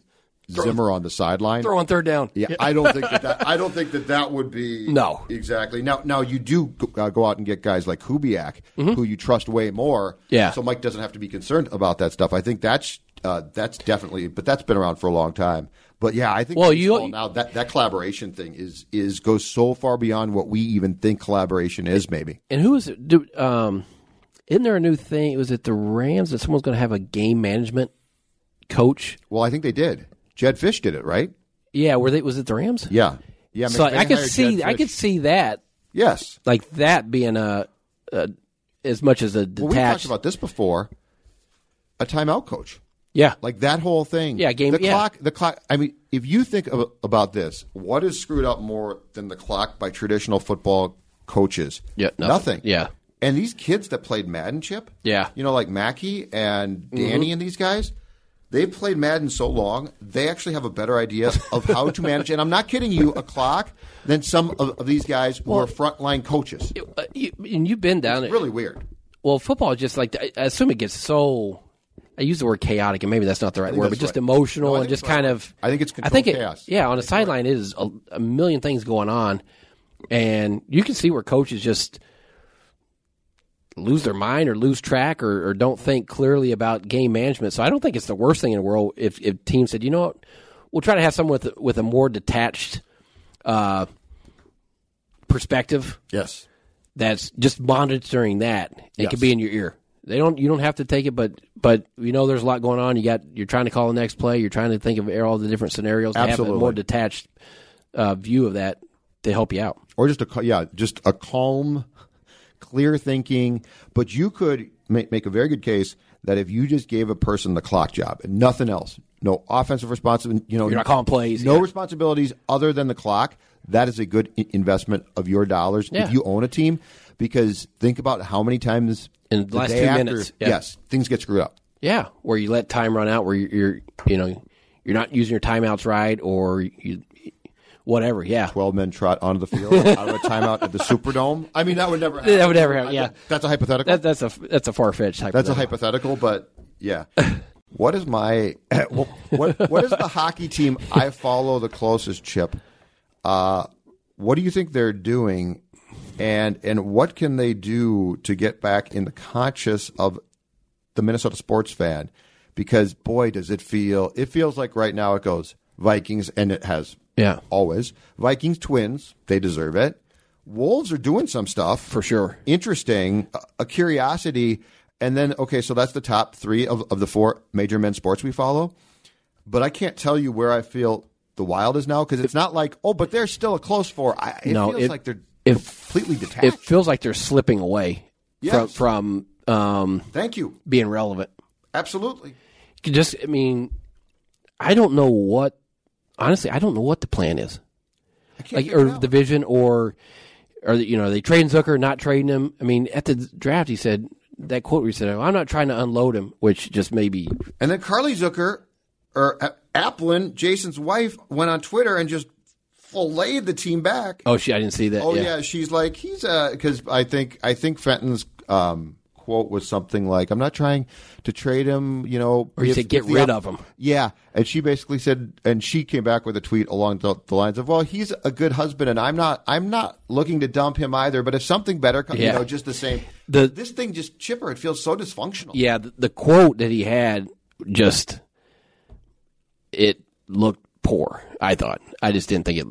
S1: Zimmer on the sideline,
S2: throw on third down
S1: yeah, I don't think that, that I don't think that that would be
S2: No.
S1: exactly. Now, now you do go- uh, go out and get guys like Kubiak, who you trust way more.
S2: Mm-hmm. Yeah.
S1: so Mike doesn't have to be concerned about that stuff. I think that's uh, that's definitely, but that's been around for a long time. But yeah, I think
S2: Well,
S1: baseball
S2: you-
S1: now that that collaboration thing is is goes so far beyond what we even think collaboration is. Maybe
S2: And who is it? Do, um, isn't there a new thing? Was it the Rams that someone's going to have a game management coach?
S1: well, I think they did. Jed Fish did it, right?
S2: Yeah, were they? Was it the Rams?
S1: Yeah, yeah.
S2: so
S1: McVay
S2: I could
S1: hired
S2: see,
S1: Jed
S2: I could
S1: Fish.
S2: see that,
S1: yes.
S2: like that being a, a as much as a
S1: Well, we talked
S2: detached.
S1: about this before. A timeout coach.
S2: yeah,
S1: Like that whole thing.
S2: Yeah, game-
S1: The
S2: yeah.
S1: clock. The clock. I mean, if you think of, about this, what is screwed up more than the clock by traditional football coaches?
S2: Yeah, nothing. Yeah.
S1: And these kids that played Madden, Chip.
S2: Yeah. Mm-hmm.
S1: You know, like Mackey and Danny and these guys. They've played Madden so long, they actually have a better idea of how to manage. And I'm not kidding you, a clock than some of, of these guys who are frontline coaches. It's
S2: Uh, you, and you've been down it.
S1: really weird.
S2: Well, football is just like I I assume it gets so. I use the word chaotic, and maybe that's not the right word, but
S1: that's
S2: just
S1: right.
S2: emotional
S1: No, I
S2: and
S1: think
S2: just
S1: it's right.
S2: kind of.
S1: I think it's
S2: I think
S1: controlled
S2: it,
S1: chaos.
S2: Yeah, on the sideline, it is a, a million things going on, and you can see where coaches just lose their mind or lose track or, or don't think clearly about game management. So I don't think it's the worst thing in the world if, if teams said, you know what, we'll try to have someone with with a more detached uh, perspective
S1: Yes.
S2: that's just monitoring that. It could be in your ear. They don't. You don't have to take it, but but you know there's a lot going on. You got you're trying to call the next play. You're trying to think of all the different scenarios. to have
S1: Absolutely.
S2: a more detached uh, view of that to help you out.
S1: or just a ca- yeah, just a calm, clear thinking. But you could make, make a very good case that if you just gave a person the clock job and nothing else, no offensive responsibility, you know,
S2: You're not calling plays,
S1: no
S2: yeah.
S1: responsibilities other than the clock. That is a good I- investment of your dollars
S2: Yeah.
S1: if you own a team, because think about how many times
S2: In the last
S1: day
S2: two
S1: after-
S2: minutes, yeah.
S1: yes, things get screwed up.
S2: Yeah, where you let time run out, where you're, you're you know you're not using your timeouts right or you whatever. Yeah,
S1: Twelve men trot onto the field out of a timeout at the Superdome. I mean, that would never. happen.
S2: that would never happen. Yeah,
S1: That's a hypothetical.
S2: that, that's a that's a far fetched type.
S1: That's a
S2: of thing.
S1: hypothetical, but yeah. What is my what, what what is the hockey team I follow the closest chip? Uh, what do you think they're doing, and and what can they do to get back in the conscious of the Minnesota sports fan? Because boy, does it feel it feels like right now it goes Vikings, and it has
S2: Yeah.
S1: always Vikings Twins. They deserve it. Wolves are doing some stuff
S2: for sure.
S1: interesting, a, a curiosity, and then okay, so that's the top three of, of the four major men's sports we follow. But I can't tell you where I feel the Wild is now because it's not like oh, but they're still a close four. I, it
S2: No,
S1: feels
S2: it-
S1: like they're
S2: it-
S1: completely detached.
S2: It feels like they're slipping away
S1: Yes.
S2: from from um,
S1: Thank you,
S2: being relevant.
S1: absolutely.
S2: just I mean, I don't know what honestly, I don't know what the plan is. Like
S1: figure
S2: or
S1: it out.
S2: the vision or or you know, are they trading Zucker, not trading him. I mean, at the draft he said that quote where he said, I'm not trying to unload him, which just maybe
S1: And then Carly Zucker or uh, Applin, Jason's wife, went on Twitter and just filleted the team back.
S2: Oh shit, I didn't see that.
S1: uh, Oh yeah, she's like he's uh because I think I think Fenton's um, quote was something like, "I'm not trying to trade him," you know,
S2: Or you
S1: if-
S2: said, "Get
S1: if the
S2: rid
S1: op-
S2: of him."
S1: Yeah, and she basically said, and she came back with a tweet along the, the lines of, "Well, he's a good husband, and I'm not. I'm not looking to dump him either. But if something better comes, you
S2: Yeah.
S1: know, just the same.
S2: The-
S1: this thing just chipper. It feels so dysfunctional.
S2: Yeah, the, the quote that he had just it looked poor. I thought. I just didn't think it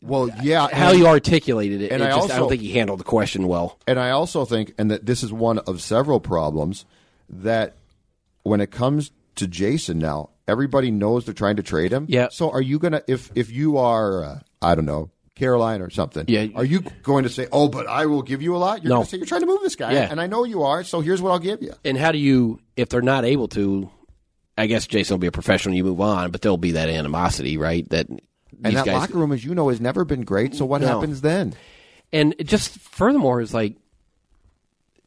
S1: Well, yeah,
S2: how
S1: and-
S2: you articulated it.
S1: and
S2: it
S1: I
S2: just, I
S1: also-
S2: don't think he handled the question well.
S1: And I also think, and that this is one of several problems, that when it comes to Jason now, everybody knows they're trying to trade him.
S2: Yeah.
S1: So are you gonna if if you are uh, I don't know Caroline or something?
S2: Yeah.
S1: Are you going to say, oh, but I will give you a lot? You're
S2: No.
S1: going to say you're trying to move this guy,
S2: Yeah.
S1: and I know you are. So here's what I'll give you.
S2: And how do you if they're not able to I guess Jason will be a professional, you move on, but there'll be that animosity, right? That
S1: And
S2: these
S1: that
S2: guys
S1: locker room, as you know, has never been great. So what
S2: No.
S1: happens then?
S2: and it just furthermore is like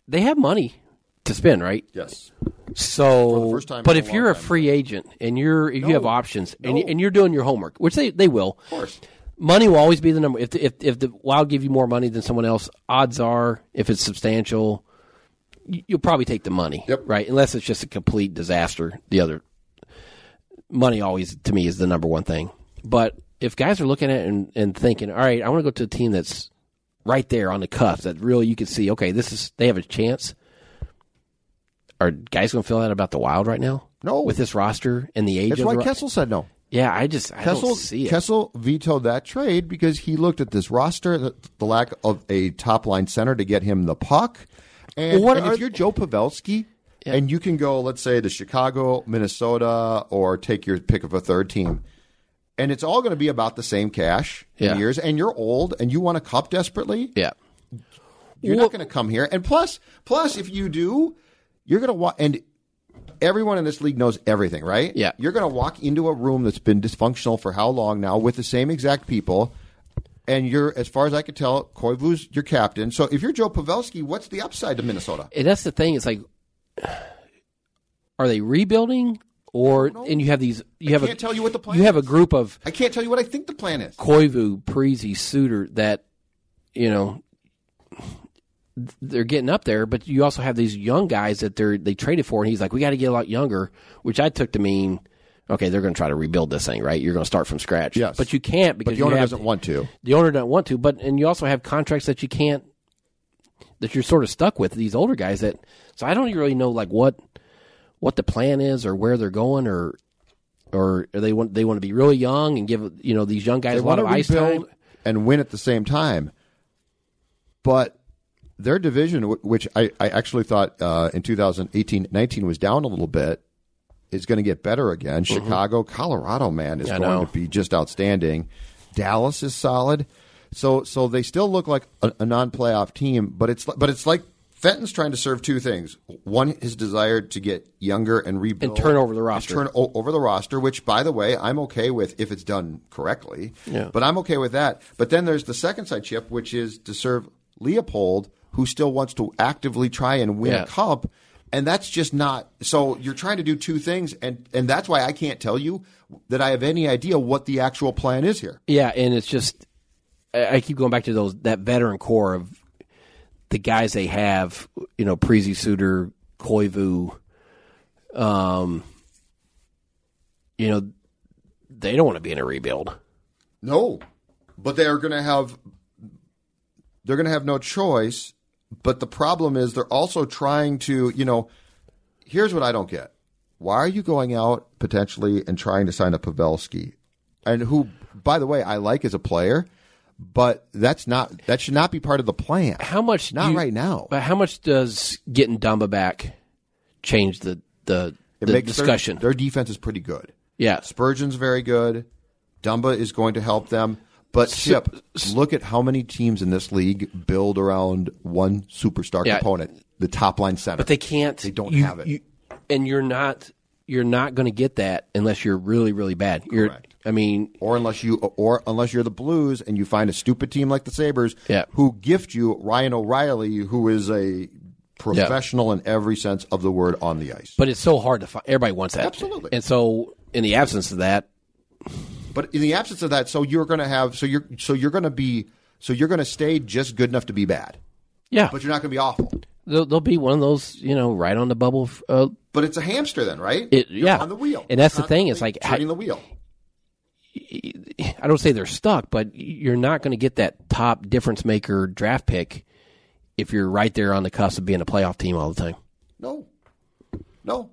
S2: they have money to spend, right?
S1: Yes.
S2: So,
S1: the first time in
S2: but
S1: a
S2: if
S1: long
S2: you're a
S1: time.
S2: free agent and you're if you have options and, you,
S1: No.
S2: and you're doing your homework, which they, they will, of
S1: course.
S2: money will always be the number. If the, if if the Wild give you more money than someone else, odds are if it's substantial, you- you'll probably take the money,
S1: Yep.
S2: right? Unless it's just a complete disaster. The other money always to me is the number one thing. But if guys are looking at it and, and thinking, all right, I want to go to a team that's right there on the cuff that really you can see, okay, this is they have a chance. Are guys going to feel that about the Wild right now?
S1: No.
S2: with this roster and the age
S1: That's
S2: of
S1: why
S2: the ro-
S1: Kessel said no.
S2: Yeah, I just I
S1: Kessel,
S2: don't see it.
S1: Kessel vetoed that trade because he looked at this roster, the, the lack of a top line center to get him the puck. And,
S2: Well, what
S1: and
S2: are-
S1: if you're Joe Pavelski and you can go, let's say, to Chicago, Minnesota, or take your pick of a third team, and it's all going to be about the same cash
S2: Yeah.
S1: in years, and you're old and you want a cup desperately,
S2: yeah,
S1: you're
S2: Well-
S1: not going to come here. And plus, plus, if you do, you're going to walk. And everyone in this league knows everything, right?
S2: Yeah.
S1: You're going to walk into a room that's been dysfunctional for how long now with the same exact people. And you're, as far as I could tell, Koivu's your captain. So if you're Joe Pavelski, what's the upside to Minnesota?
S2: and that's the thing. It's like, are they rebuilding or and you have these you have a
S1: can't tell you what the plan
S2: you have a
S1: is.
S2: group of
S1: I can't tell you what I think the plan is.
S2: Koivu, Prezi, Suter that, you know, they're getting up there, but you also have these young guys that they're they traded for, and he's like, we got to get a lot younger, which I took to mean, okay, they're going to try to rebuild this thing, right? You're going to start from scratch,
S1: Yes.
S2: but you can't
S1: But
S2: because
S1: the owner
S2: you have,
S1: doesn't want to.
S2: the owner doesn't want to, but and you also have contracts that you can't that you're sort of stuck with these older guys that so I don't even really know like what what the plan is or where they're going or or are they want they want to be really young and give you know these young guys a lot
S1: wanna
S2: of ice time.
S1: rebuild and win at the same time. But their division, wh- which I, I actually thought uh, in 2018-19 was down a little bit, is going to get better again. Chicago, Colorado, man, is
S2: Mm-hmm. I
S1: going
S2: know.
S1: to be just outstanding. Dallas is solid. So so they still look like a, a non-playoff team, but it's li- but it's like Fenton's trying to serve two things. One, his desire to get younger and rebuild
S2: turn over the
S1: and
S2: roster.
S1: turn o- over the roster, which, by the way, I'm okay with if it's done correctly.
S2: Yeah.
S1: But I'm okay with that. But then there's the second side chip, which is to serve Leopold, who still wants to actively try and win
S2: Yeah.
S1: a cup. And that's just not so. You're trying to do two things, and and that's why I can't tell you that I have any idea what the actual plan is here.
S2: Yeah, and it's just I I keep going back to those that veteran core of the guys they have, you know, Prezi Suter, Koivu, um, you know, they don't want to be in a rebuild.
S1: No, but they are going to have they're going to have no choice. But the problem is they're also trying to, you know, here's what I don't get: why are you going out potentially and trying to sign up Pavelski, and who, by the way, I like as a player, but that's not that should not be part of the plan.
S2: How much?
S1: Not
S2: you-
S1: right now.
S2: But how much does getting Dumba back change the the,
S1: It
S2: the
S1: makes their-
S2: discussion?
S1: Their, defense is pretty good.
S2: yeah,
S1: Spurgeon's very good. Dumba is going to help them. But Chip, look at how many teams in this league build around one superstar
S2: Yeah.
S1: component, the top line center.
S2: but they can't.
S1: They don't
S2: you-
S1: have it.
S2: you- and you're not you're not going to get that unless you're really really bad. You're,
S1: Correct.
S2: I mean,
S1: or unless you, or unless you're the Blues and you find a stupid team like the Sabers,
S2: Yeah.
S1: who gift you Ryan O'Reilly, who is a professional in every sense of the word on the ice.
S2: But it's so hard to find. Everybody wants that.
S1: Absolutely.
S2: And so, in the absence of that,
S1: But in the absence of that, so you're going to have, so you're, so you're going to be, so you're going to stay just good enough to be bad,
S2: yeah,
S1: but you're not going to be awful.
S2: they'll, they'll be one of those, you know, right on the bubble. f- Uh,
S1: But it's a hamster then, right?
S2: It-
S1: You're
S2: yeah.
S1: on the wheel,
S2: And that's the
S1: Constantly
S2: thing, it's like,
S1: turning the wheel.
S2: I don't say they're stuck, but you're not going to get that top difference maker draft pick if you're right there on the cusp of being a playoff team all the time.
S1: No, no.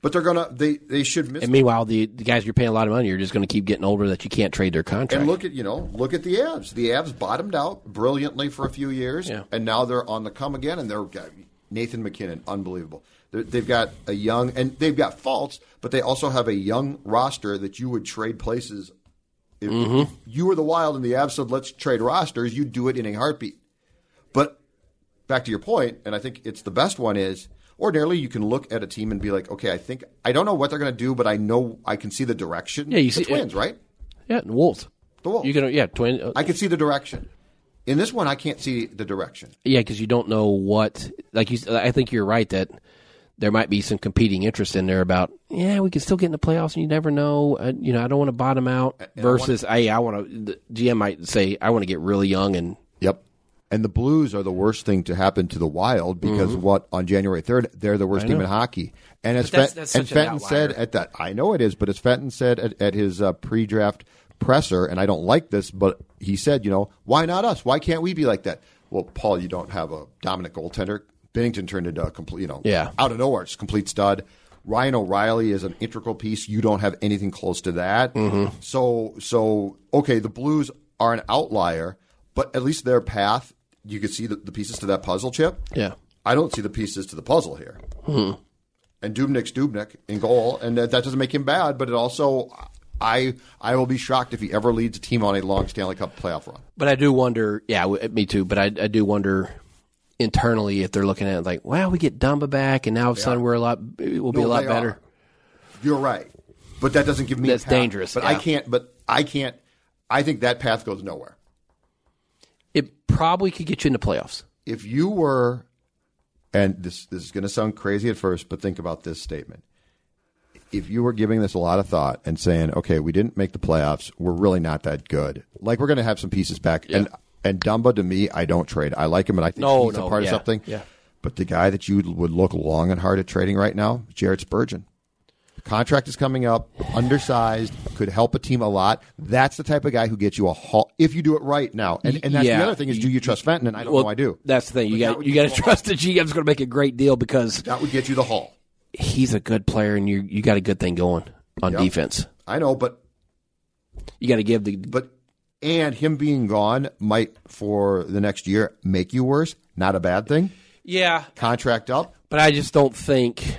S1: But they're gonna they they should miss.
S2: And meanwhile, the, the guys you're paying a lot of money are just going to keep getting older that you can't trade their contract.
S1: And look at you know look at the abs. The abs bottomed out brilliantly for a few years,
S2: Yeah.
S1: and now they're on the come again. And they're got Nathan McKinnon, unbelievable. They're, they've got a young and they've got faults, but they also have a young roster that you would trade places. If,
S2: Mm-hmm.
S1: if you were the Wild and the abs said let's trade rosters, you'd do it in a heartbeat. But back to your point, and I think it's the best one is ordinarily you can look at a team and be like, okay, I think I don't know what they're going to do, but I know I can see the direction.
S2: Yeah, you
S1: the
S2: see-
S1: Twins, right?
S2: yeah, and Wolves.
S1: The Wolves.
S2: You can yeah, twin. uh,
S1: I can see the direction. In this one, I can't see the direction.
S2: Yeah, because you don't know what. Like you, I think you're right that there might be some competing interest in there about. Yeah, we can still get in the playoffs, and you never know. Uh, you know, I don't want to bottom out. Versus, hey, I want to. The GM might say, I want to get really young, and
S1: Yep. And the Blues are the worst thing to happen to the Wild because what on January third they're the worst team in hockey. And as
S2: that's-
S1: Fent-
S2: that's
S1: and
S2: such an
S1: Fenton said at that, I know it is, but as Fenton said at, at his uh, pre-draft presser, and I don't like this, but he said, you know, why not us? Why can't we be like that? Well, Paul, you don't have a dominant goaltender. Bennington turned into a complete, you know,
S2: Yeah.
S1: out of nowhere, it's a complete stud. Ryan O'Reilly is an integral piece. You don't have anything close to that.
S2: Mm-hmm.
S1: So, so okay, the Blues are an outlier, but at least their path, you could see the, the pieces to that puzzle chip.
S2: Yeah. Mm-hmm.
S1: I don't see the pieces to the puzzle here. And Dubnik's Dubnik in goal, and that, that doesn't make him bad, but it also, I I will be shocked if he ever leads a team on a long Stanley Cup playoff run.
S2: But I do wonder. Yeah, w- uh, me too. But I, I do wonder internally if they're looking at it like, wow, we get Dumba back, and now all of a sudden we're a lot. We'll be
S1: No,
S2: a lot
S1: they
S2: better.
S1: are. You're right, but that doesn't give me
S2: That's
S1: a path.
S2: dangerous,
S1: But I
S2: yeah.
S1: can't. But I can't. I think that path goes nowhere.
S2: It probably could get you in the playoffs.
S1: If you were, and this this is going to sound crazy at first, but think about this statement. If you were giving this a lot of thought and saying, "Okay, we didn't make the playoffs. We're really not that good. Like we're going to have some pieces back." And and Dumba to me, I don't trade. I like him, and I think
S2: No,
S1: he's a
S2: no,
S1: part of
S2: yeah,
S1: something.
S2: yeah.
S1: But the guy that you would look long and hard at trading right now, Jarrett Spurgeon. Contract is coming up, undersized, could help a team a lot. That's the type of guy who gets you a haul if you do it right now. And, and that's
S2: Yeah.
S1: the other thing is, do you trust Fenton? And I don't know, Oh, I do.
S2: That's the thing. You
S1: that
S2: got
S1: would
S2: you
S1: get
S2: got to trust the GM's going to make a great deal because
S1: That would get you the haul.
S2: he's a good player and you you got a good thing going on defense.
S1: I know, but
S2: You got to give the
S1: but and him being gone might for the next year make you worse. Not a bad thing.
S2: yeah,
S1: Contract up.
S2: but I just don't think.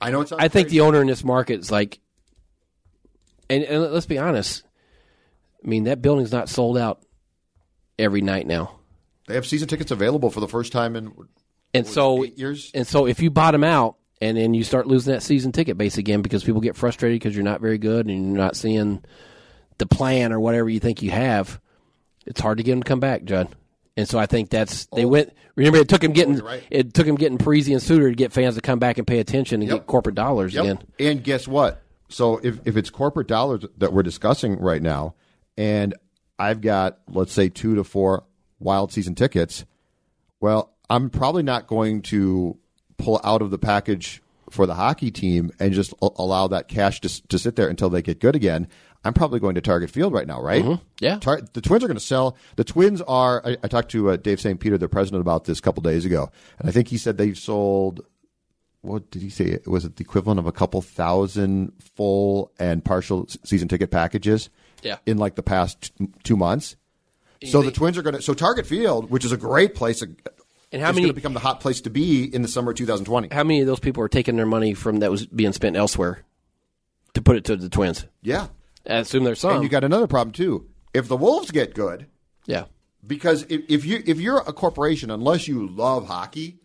S1: I know it's. Not
S2: I think the owner in this market is like, and, and let's be honest. I mean that building's not sold out every night now,
S1: they have season tickets available for the first time in
S2: and so
S1: eight years.
S2: and so if you bottom out and then you start losing that season ticket base again because people get frustrated because you're not very good and you're not seeing the plan or whatever you think you have, it's hard to get them to come back, Judd. And so I think that's they went. Remember, it took him getting
S1: Oh. right.
S2: it took him getting Parisi and Suter to get fans to come back and pay attention and
S1: Yep.
S2: get corporate dollars again.
S1: And guess what? So if, if it's corporate dollars that we're discussing right now, and I've got, let's say, two to four wild season tickets, well, I'm probably not going to pull out of the package for the hockey team and just a- allow that cash to, s- to sit there until they get good again. I'm probably going to Target Field right now, right?
S2: Yeah.
S1: Tar- the Twins are going to sell. The Twins are. I, I talked to uh, Dave St. Peter, their president, about this a couple days ago, and I think he said they've sold what did he say? Was it the equivalent of a couple thousand full and partial s- season ticket packages?
S2: Yeah.
S1: In like the past t- two months. So the Twins are going to. So Target Field, which is a great place, and
S2: And how
S1: is
S2: many
S1: going to become the hot place to be in the summer of 2020?
S2: how many of those people are taking their money from that was being spent elsewhere to put it to the Twins?
S1: Yeah.
S2: I assume there's some.
S1: And you got another problem too. If the Wolves get good,
S2: yeah.
S1: because if, if you if you're a corporation, unless you love hockey,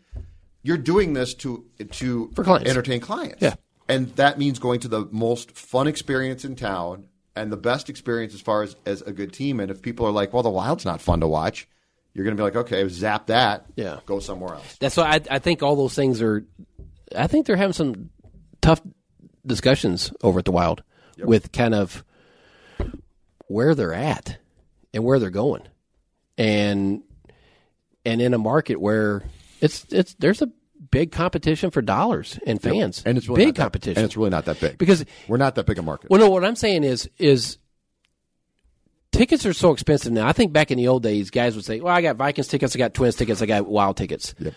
S1: you're doing this to to
S2: For clients.
S1: entertain clients.
S2: Yeah.
S1: and that means going to the most fun experience in town and the best experience as far as as a good team. And if people are like, "Well, the Wild's not fun to watch," you're going to be like, "Okay, zap that.
S2: Yeah.
S1: go somewhere else."
S2: That's why I, I think all those things are. I think they're having some tough discussions over at the Wild with kind of where they're at and where they're going, and and in a market where It's it's there's a big competition for dollars and fans,
S1: and it's really
S2: big
S1: not that-
S2: competition.
S1: and it's really not that big
S2: because
S1: we're not that big a market.
S2: well, no, what I'm saying is is tickets are so expensive now. I think back in the old days, guys would say, "Well, I got Vikings tickets, I got Twins tickets, I got Wild tickets."
S1: Yep.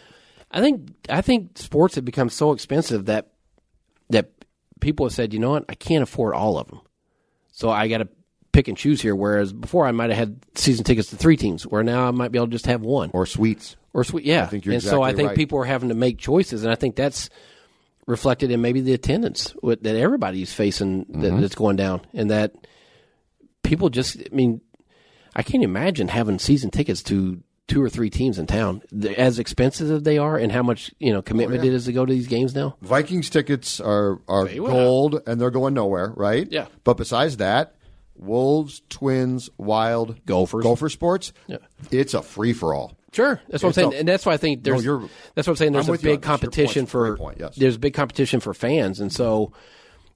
S2: I think I think sports have become so expensive that that people have said, "You know what? I can't afford all of them, so I got to." Pick and choose here, whereas before I might have had season tickets to three teams, where now I might be able to just have one
S1: or sweets.
S2: or sweet yeah
S1: think you're
S2: and so i
S1: exactly
S2: think
S1: right.
S2: people are having to make choices and i think that's reflected in maybe the attendance with, that everybody's facing that,
S1: Mm-hmm.
S2: that's going down and that people just i mean i can't imagine having season tickets to two or three teams in town They're as expensive as they are and how much you know
S1: Oh,
S2: commitment it is to go to these games now
S1: Vikings tickets are are
S2: went
S1: gold and they're going nowhere, right?
S2: Yeah.
S1: But besides that, Wolves, Twins, Wild,
S2: Gophers.
S1: Gopher Sports.
S2: Yeah.
S1: It's a free for all.
S2: Sure, that's what I'm
S1: It's
S2: saying,
S1: a-
S2: and that's why I think there's.
S1: you're-
S2: that's what I'm saying. There's
S1: I'm
S2: a
S1: with you
S2: big
S1: on this. Your
S2: competition
S1: point's a great
S2: for.
S1: point, yes.
S2: There's big competition for fans, and so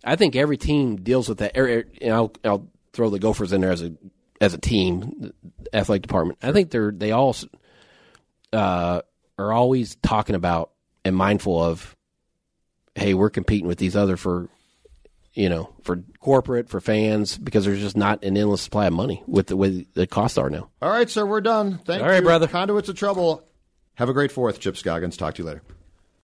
S2: I think every team deals with that. er- er, And I'll I'll throw the Gophers in there as a as a team, the athletic department. I think they're they all s- uh, are always talking about and mindful of. Hey, we're competing with these other for, you know, for corporate for fans because there's just not an endless supply of money with the way the costs are now.
S1: All right, sir, we're done. Thank
S2: All right,
S1: you.
S2: brother.
S1: Conduits of trouble. Have a great fourth, Chip Scoggins. Talk to you later.